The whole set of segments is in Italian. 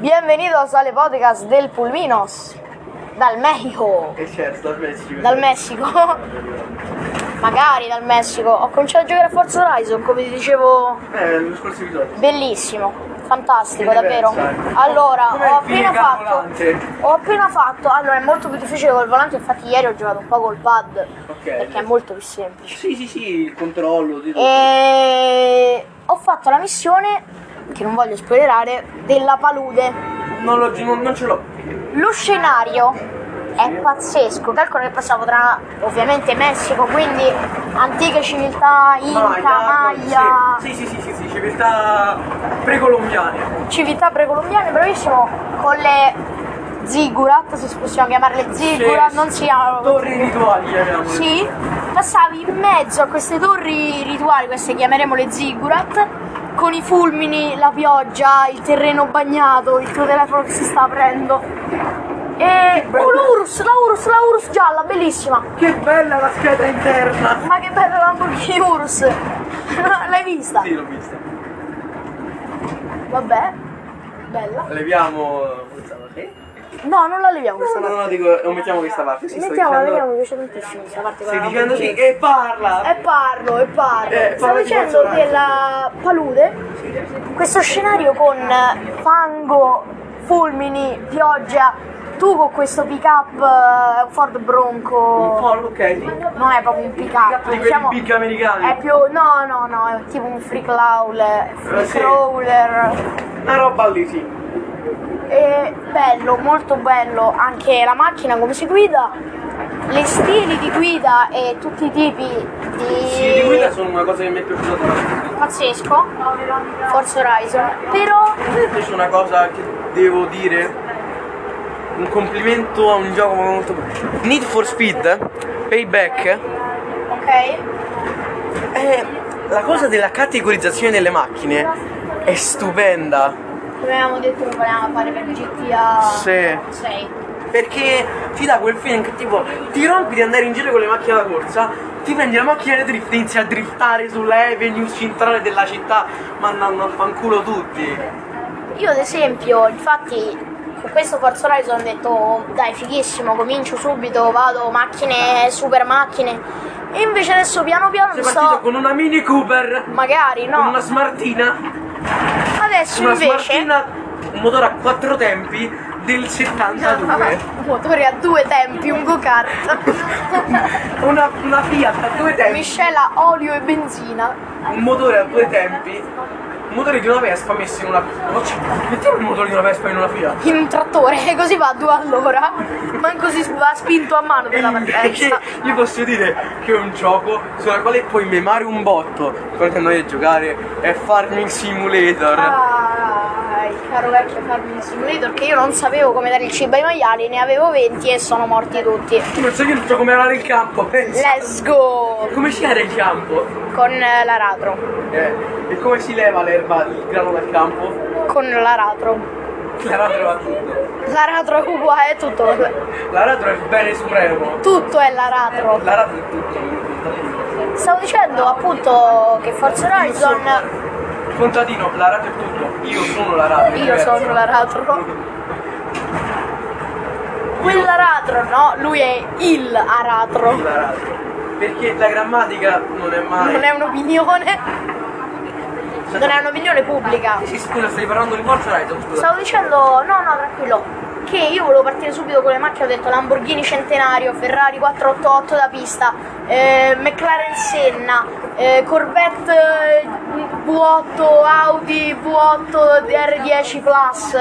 Bienvenidos al podcast del Pulminos. Dal Messico. E certo, dal Messico. Dal Messico. Magari dal Messico. Ho cominciato a giocare a Forza Horizon, come ti dicevo. Eh, lo scorso episodio. Bellissimo, fantastico, Che ne davvero. pensa? Allora, Com'è ho il fine appena fatto. calcolante? Ho appena fatto. Allora, è molto più difficile col volante, infatti ieri ho giocato un po' col pad. Ok. Perché è molto più semplice. Sì, sì, sì, il controllo di tutto. Eh, E ho fatto la missione, che non voglio spoilerare, della palude. Non, lo- non- non ce l'ho. Lo scenario è pazzesco, calcolo che passavo tra ovviamente Messico, quindi antiche civiltà, Inca, Maya, Sì, sì, sì, sì, sì, civiltà precolombiane. civiltà precolombiane, bravissimo, con le ziggurat, se possiamo chiamarle ziggurat, Sì, non si chiamano. Torri rituali, chiamiamole. Sì, passavi in mezzo a queste torri rituali, queste chiameremo le ziggurat, con i fulmini, la pioggia, il terreno bagnato, il tuo telefono che si sta aprendo. E bello. oh, la Urus, la Urus, la Urus gialla, bellissima. Che bella la scheda interna. Ma che bella Lamborghini Urus! L'hai vista? Sì, l'ho vista. Vabbè, bella. Leviamo questa parte. No, non la leviamo questa No, no, parte. no, dico, non mettiamo questa parte. Sì, sto Mettiamola, dicendo- vediamo, mi piace tantissimo questa parte con Stai la dicendo sì, Lamborghini. e parla. E parlo, e parlo. Eh, Stavo parla di dicendo personaggi. della palude, questo scenario con eh, fango, fulmini, pioggia, tu con questo pick up, eh, un Ford Un Bronco. pollo, ok. sì. Non è proprio un pick Di up, quelli diciamo. big americani. È più. No, no, no, è tipo un free crawler. Free Eh, sì. crawler. Una roba lì, sì. E bello, molto bello anche la macchina come si guida, le stili di guida e tutti i tipi di, Sì, di guida sono una cosa che mi è piaciuta tanto. pazzesco, Forza Horizon, però Invece una cosa che devo dire un complimento a un gioco molto bello. Need for Speed Payback ok, è la cosa della categorizzazione delle macchine è stupenda come avevamo detto che volevamo fare per GTA Sì. 6. perché ti dà quel feeling che tipo ti rompi di andare in giro con le macchine da corsa ti prendi la macchina da drift e inizi a driftare sulla avenue centrale della città mandando al fanculo tutti Io ad esempio, infatti con questo Forza Horizon ho detto "Oh, dai fighissimo, comincio subito, vado macchine, super macchine. E invece adesso piano piano mi sei partito sto con una Mini Cooper magari no. con una Smartina Adesso una invece Smartina, un motore a quattro tempi del 72. Un Ah, motore a due tempi, un go-kart. Una, una Fiat a due tempi, Miscela olio e benzina. un motore a due tempi, un motore di una Vespa messo in una. Ma ci- Mettiamo il motore di una Vespa in una Fiat. In un trattore, così va a due all'ora. Manco si va spinto a mano per la Perché partenza. io posso dire che è un gioco sulla quale puoi memare un botto. Quello che noi a giocare è Farming Simulator. Ah, il caro vecchio Farming Simulator che io non sapevo come dare il cibo ai maiali, ne avevo 20 e sono morti tutti. Tu non sai che il gioco come era il campo, pensa. Let's go! Come si era il campo? Con eh, l'aratro. Eh, e come si leva l'erba, il grano dal campo? Con l'aratro. L'era trova tutto. L'aratro è uguale, è tutto. L'aratro è il bene supremo. Tutto è l'aratro. L'aratro è tutto. Stavo dicendo appunto che Forza Horizon Contadino, l'aratro è tutto. Io sono l'aratro. è Io diverso. sono l'aratro. Quell'aratro, no? Lui è il aratro. L'aratro. Perché la grammatica non è mai. Non è un'opinione, Senta- non è un'opinione pubblica. Sì, scusa, stai parlando di Forza Horizon? Scusa. Stavo dicendo, no, no, tranquillo, che io volevo partire subito con le macchine, ho detto Lamborghini Centenario, Ferrari 488 da pista, eh, McLaren Senna, eh, Corvette eh, V8, Audi V8 DR10 Plus.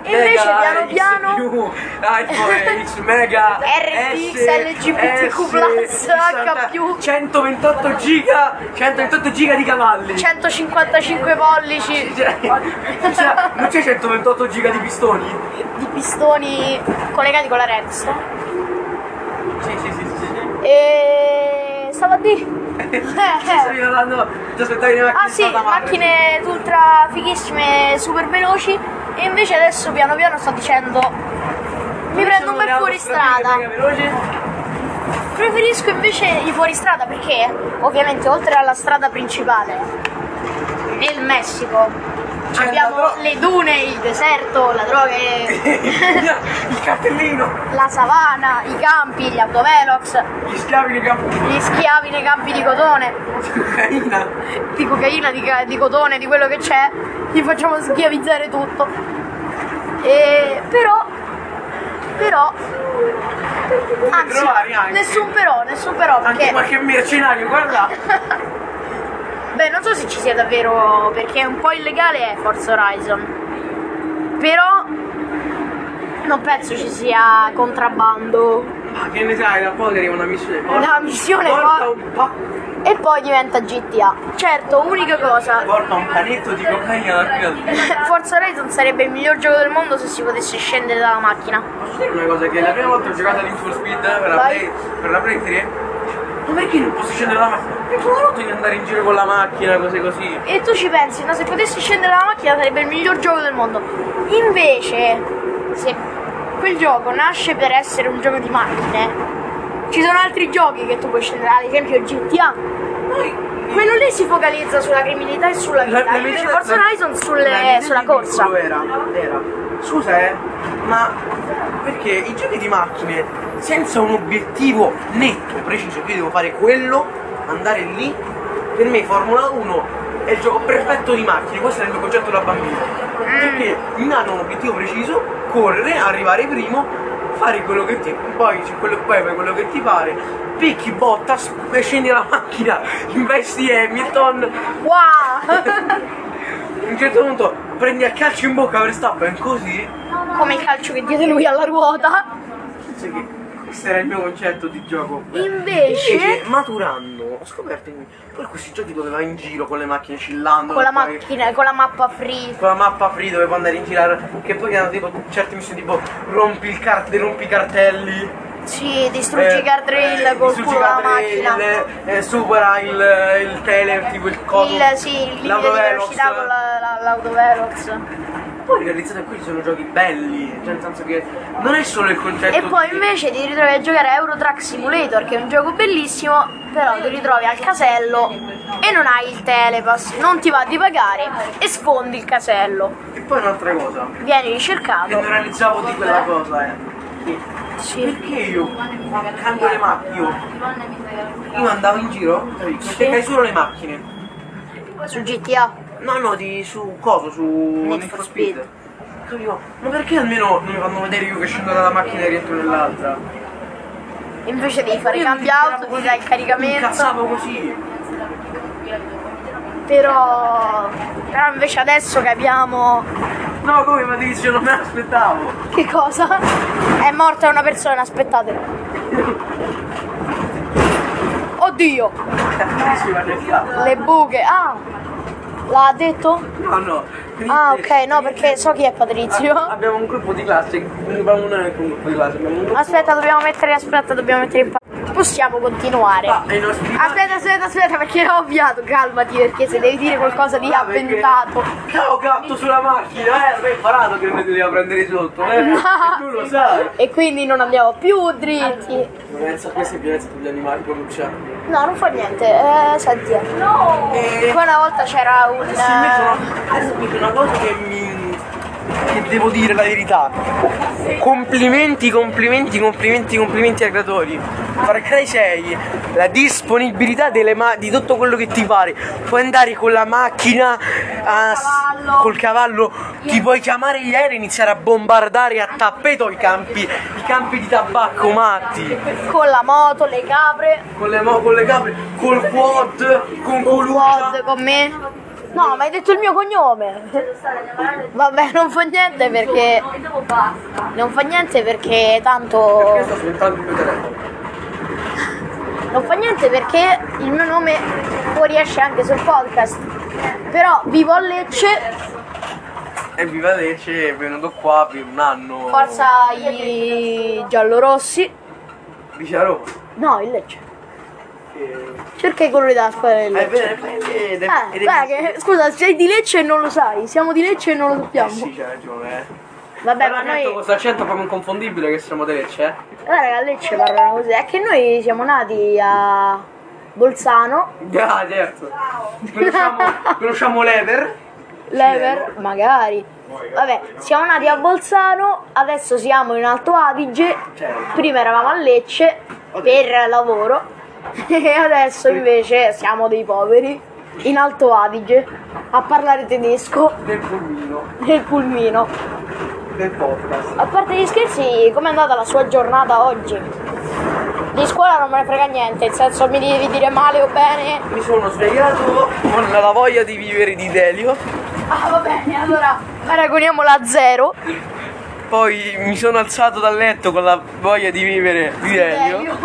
E invece piano Mega X piano... più, iPhone X Mega RTX, S, LGBTQ+, S, H+, più. 128 giga 128 giga di cavalli 155 pollici Cioè, cioè, non c'è 128 giga di pistoni di pistoni collegati con la Rex. sì sì sì, sì, sì. E stavo a dire. Ci stavi parlando, ti aspettavi le macchine Eh. Ah sì, state a mano. macchine ultra fighissime, super veloci. E invece adesso piano piano sto dicendo. Mi prendo un bel Sono fuoristrada. mega veloci. Preferisco invece i fuoristrada perché ovviamente oltre alla strada principale nel Messico Cioè, Abbiamo la dro- le dune, il deserto, la droga, e- il cartellino, la savana, i campi, gli autovelox, gli schiavi di capo gli schiavi nei campi di cotone, di cocaina. di cocaina, di, ca- di cotone, di quello che c'è, gli facciamo schiavizzare tutto. E però, però, anzi, trovare anche. nessun però, nessun però, Anche perché, qualche mercenario, guarda. beh, non so se ci sia davvero, perché è un po' illegale è Forza Horizon, però non penso ci sia contrabbando. Ma che ne sai, da poco arriva una missione porta. Una missione porta porta- un, pa- E poi diventa GTA. Certo, unica cosa, porta un panetto di cocaina da qui a lì. Forza Horizon sarebbe il miglior gioco del mondo se si potesse scendere dalla macchina. Posso dire una cosa? Che la prima volta ho giocato a Need for Speed per la, Vai. play, per la Play 3 Ma perché non posso scendere dalla macchina? Perché non ho rotto di andare in giro con la macchina, cose così E tu ci pensi, no, se potessi scendere dalla macchina sarebbe il miglior gioco del mondo. Invece, se quel gioco nasce per essere un gioco di macchine, ci sono altri giochi che tu puoi scendere, ad esempio GTA. Noi Quello lì si focalizza sulla criminalità e sulla vita, invece mia- Forza la- Horizon la mia sulle, idea sulla di corsa. piccolo Era, era, scusa eh, ma perché i giochi di macchine senza un obiettivo netto, preciso, che io devo fare quello, andare lì, per me Formula 1 è il gioco perfetto di macchine, questo era il mio concetto da bambino. Perché mi danno un obiettivo preciso, correre, arrivare primo, fare quello che ti. poi quello, poi fai quello che ti pare, picchi botta, s- e scendi la macchina, investi eh, Hamilton, Wow! a un certo punto prendi a calcio in bocca Verstappen così. Come il calcio che diede lui alla ruota. Sai che questo era il mio concetto di gioco. Invece- Invece, maturando, ho scoperto in- poi questi giochi dove vai in giro con le macchine scillando. Con la poi- macchina, con la mappa free. Con la mappa free dove puoi andare in giro. Che poi erano tipo certe missioni tipo rompi il cart- rompi i cartelli. Sì, distruggi i guardrail col Eh, distruggi culo della guardrail, macchina. eh, supera il, il tele, tipo il coso. Il, sì, il limite di l'autovelox. velocità con la- la- l'autovelox. Poi realizzate qui ci sono giochi belli, cioè nel senso che non è solo il concetto. E poi di- invece ti ritrovi a giocare a Euro Truck Simulator, che è un gioco bellissimo, però ti ritrovi al casello e non hai il telepass, non ti va di pagare e sfondi il casello. E poi un'altra cosa, Vieni che non ricercato. realizzavo di quella cosa, eh. Sì. Perché io quando cambio le macchine, io, io andavo in giro, cercai solo le macchine. Su GTA. No, no, di su coso, su Need for for Speed. Capivo, ma perché almeno non mi fanno vedere io che scendo dalla macchina e rientro nell'altra? Invece devi fare Io cambio incazzavo auto, ti così, dai il caricamento. Incazzavo così. Però. Però invece adesso che abbiamo No, come Patrizio, non me l'aspettavo. Che cosa? È morta una persona, aspettate. Oddio, Patrizio, guarda qua. le buche. Ah, l'ha detto? No, no. Ah, ok, no, perché so chi è Ah, Patrizio. Abbiamo un gruppo di classe, abbiamo un, eh, un gruppo di classe, abbiamo un gruppo Aspetta, dobbiamo mettere, aspetta, dobbiamo mettere in pausa. Possiamo continuare. Ah, e i nostri Aspetta, aspetta, aspetta, perché ho ovviato. Calmati, perché se devi dire qualcosa di Ah, perché- avventato. Ciao gatto sulla macchina, eh, l'avevi imparato che mi doveva prendere sotto, eh. E tu lo sai. E quindi non andiamo più dritti. Violenza, questa è violenza sugli animali, cioè, come c'è. No, non fa niente. Eh, senti. No. Qua una volta c'era un... eh, Adesso Eh, invece una, adesso invece una cosa che mi. che devo dire la verità. Complimenti, complimenti, complimenti, complimenti ai creatori. Far Cry 6, la disponibilità delle ma- di tutto quello che ti pare. Puoi andare con la macchina, a s- Cavallo. col cavallo, ti puoi chiamare gli aerei e iniziare a bombardare a tappeto i campi, i campi di tabacco matti. con la moto, le capre, Con le, mo- con le capre, col quad, con Wod Coluccia. con me. No, ma hai detto il mio cognome. Vabbè, non fa niente perché. Non fa niente perché Io tanto. sto diventando il mio telefono. Non fa niente perché il mio nome fuoriesce anche sul podcast. Però vivo a Lecce, E viva Lecce, è venuto qua per un anno. forza i giallorossi. Dice a Roma. No, il Lecce. Eh, certo. Cerca i colori della squadra del È Lecce. vero, è vero, ed è- Eh, ed è- guarda che- scusa, sei di Lecce e non lo sai. Siamo di Lecce e non lo Eh sappiamo. sì, c'hai ragione, eh. Vabbè, ma Però detto noi. questo accento è proprio inconfondibile che siamo di Lecce, eh. Guarda che Ah, a Lecce parlano così, è che noi siamo nati a Bolzano, Ah, certo. Conosciamo, conosciamo l'Ever. Lever, magari. Vabbè, siamo nati a Bolzano, adesso siamo in Alto Adige. Certo. Prima eravamo a Lecce per lavoro e adesso invece siamo dei poveri in Alto Adige a parlare tedesco Del pulmino, nel pulmino. del podcast. A parte gli scherzi, com'è andata la sua giornata oggi? Di scuola non me ne frega niente, nel senso mi devi dire male o bene. Mi sono svegliato con la voglia di vivere di Delio, Ah, va bene, allora paragoniamola a zero. poi mi sono alzato dal letto con la voglia di vivere di Delio.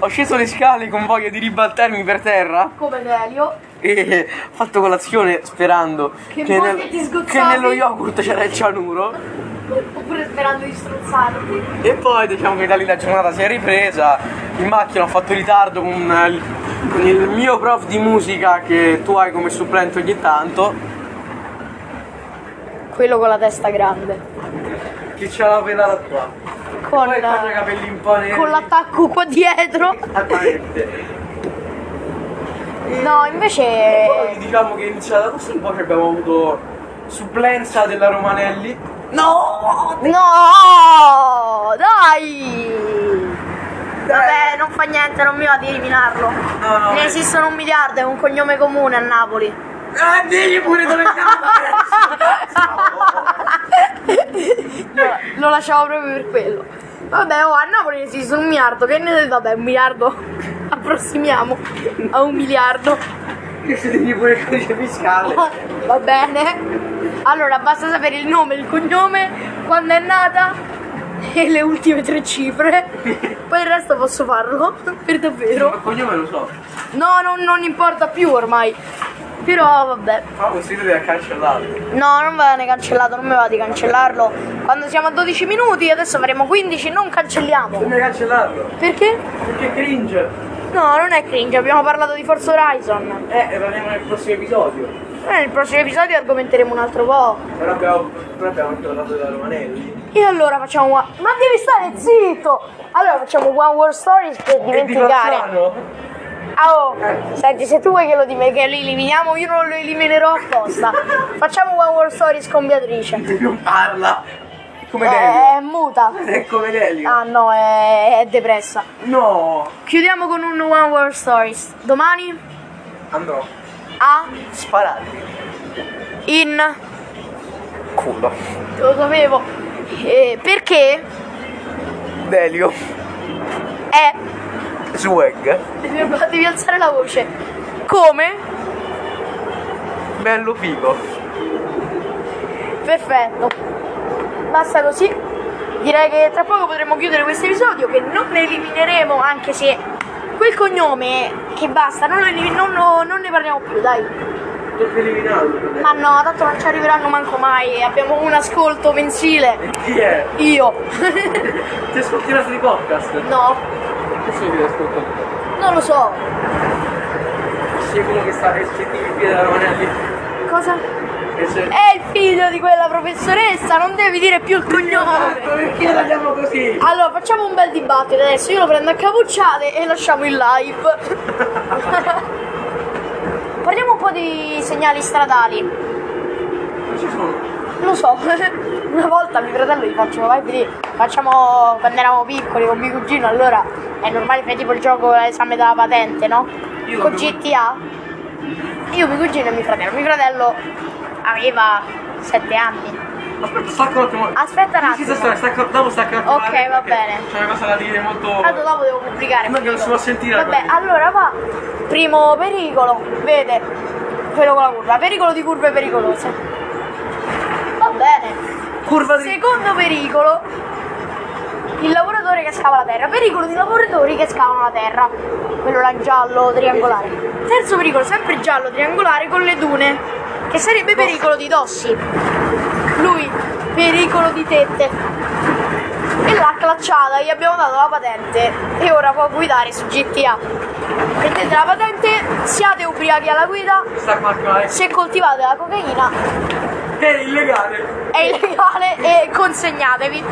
Ho sceso le scale con voglia di ribaltarmi per terra Come Delio. e ho fatto colazione sperando Che voglia ti sgozzavi. che nello yogurt c'era il cianuro. Oppure sperando di strozzarti. E poi diciamo che da lì la giornata si è ripresa, in macchina ho fatto ritardo con, eh, il- con il mio prof di musica che tu hai come supplente ogni tanto, Quello con la testa grande. che c'ha la pedala qua. Con, eh, Poi qua c'ha i capelli un po' neri. con Eh. l'attacco qua dietro. Esattamente. No, invece. Poi diciamo che è iniziata così, poi ci abbiamo avuto supplenza della Romanelli. No! No! Dai! Vabbè, non fa niente, non mi va di eliminarlo. No, no, ne eh. esistono un miliardo, è un cognome comune a Napoli. Eh, digli pure dove No, lo lasciavo proprio per quello. Vabbè, oh, a Napoli ne esistono un miliardo, che ne vabbè, un miliardo. Approssimiamo a un miliardo. Che se digli pure il codice fiscale. Va bene. Allora, basta sapere il nome, il cognome, quando è nata e le ultime tre cifre. Poi il resto posso farlo, per davvero. Il cognome lo so, No, non, non importa più ormai. Però vabbè. però questo video è cancellato. No, non va ne cancellato, non mi va di cancellarlo. Quando siamo a 12 minuti, adesso faremo 15, non cancelliamo. Come cancellarlo? Perché? Perché cringe. No, non è cringe, abbiamo parlato di Forza Horizon. Eh, e parliamo nel prossimo episodio. Eh, Nel prossimo episodio argomenteremo un altro po'. Però abbiamo, però abbiamo anche parlato della Romanelli. E allora facciamo one... Ma devi stare zitto! Allora facciamo One World Stories per E di dimenticare. Bolzano? Ah, oh, senti, se tu vuoi che lo dimentichi, che lo eliminiamo, io non lo eliminerò apposta. facciamo One World Stories con Beatrice. Non parla. Come Eh, Delio. è muta. È come Delio. Ah no, è, è depressa. No. Chiudiamo con un One World Stories. Domani Andrò. a Sparati. in... Culo. Lo sapevo. Eh, perché Delio. è... Swag. Devi, devi alzare la voce. Come? Bello figo. Perfetto. Basta così. Direi che tra poco potremo chiudere questo episodio che non elimineremo anche se quel cognome che basta, non, lo elimi- non lo- non ne parliamo più, dai. Tutto eliminato. Ma no, tanto non ci arriveranno manco mai e abbiamo un ascolto mensile. Chi è? Io. Ti ascolti i nostri podcast? no, Che sono ti ascolto? non lo so. Sei quello che sta che senti il piede della Romanelli. Cosa? Che se... È il figlio di quella professoressa, non devi dire più il cognome. Perché la chiamo così? Allora, facciamo un bel dibattito adesso. Io lo prendo a capucciate e lasciamo in live. Parliamo un po' di segnali stradali. Non ci sono. Lo so, una volta a mio fratello gli faccio, vai vedi, facciamo quando eravamo piccoli con mio cugino, allora è normale fare tipo il gioco esame della patente, no? Io con avevo- GTA. Io, mio cugino e mio fratello. Mio fratello aveva 7 anni. Aspetta, stacco un attimo. Aspetta un Sì, sì, attimo. sta, stacco, dopo stacco un attimo. eh, Ok, perché va bene. C'è una cosa da dire molto. Tanto dopo devo pubblicare. No, che non si può sentire la Vabbè, cosa. allora va. Primo pericolo, vede. Quello con la curva. Pericolo di curve pericolose. Va bene. Curva di. Secondo pericolo. Il lavoratore che scava la terra. Pericolo di lavoratori che scavano la terra. Quello là giallo triangolare. Terzo pericolo, sempre giallo triangolare con le dune. Che sarebbe pericolo di dossi. Lui, pericolo di tette. E l'ha clacciata, gli abbiamo dato la patente e ora può guidare su GTA. Prendete la patente, siate ubriachi alla guida, Stacco un attimo, Alex. se coltivate la cocaina È illegale. è illegale e consegnatevi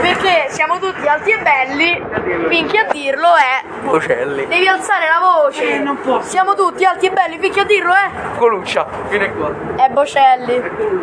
perché siamo tutti alti e belli finché a dirlo è Bocelli. devi alzare la voce Eh, non posso. siamo tutti alti e belli finché a dirlo è Coluccia, fine qua. è Bocelli È Coluccia.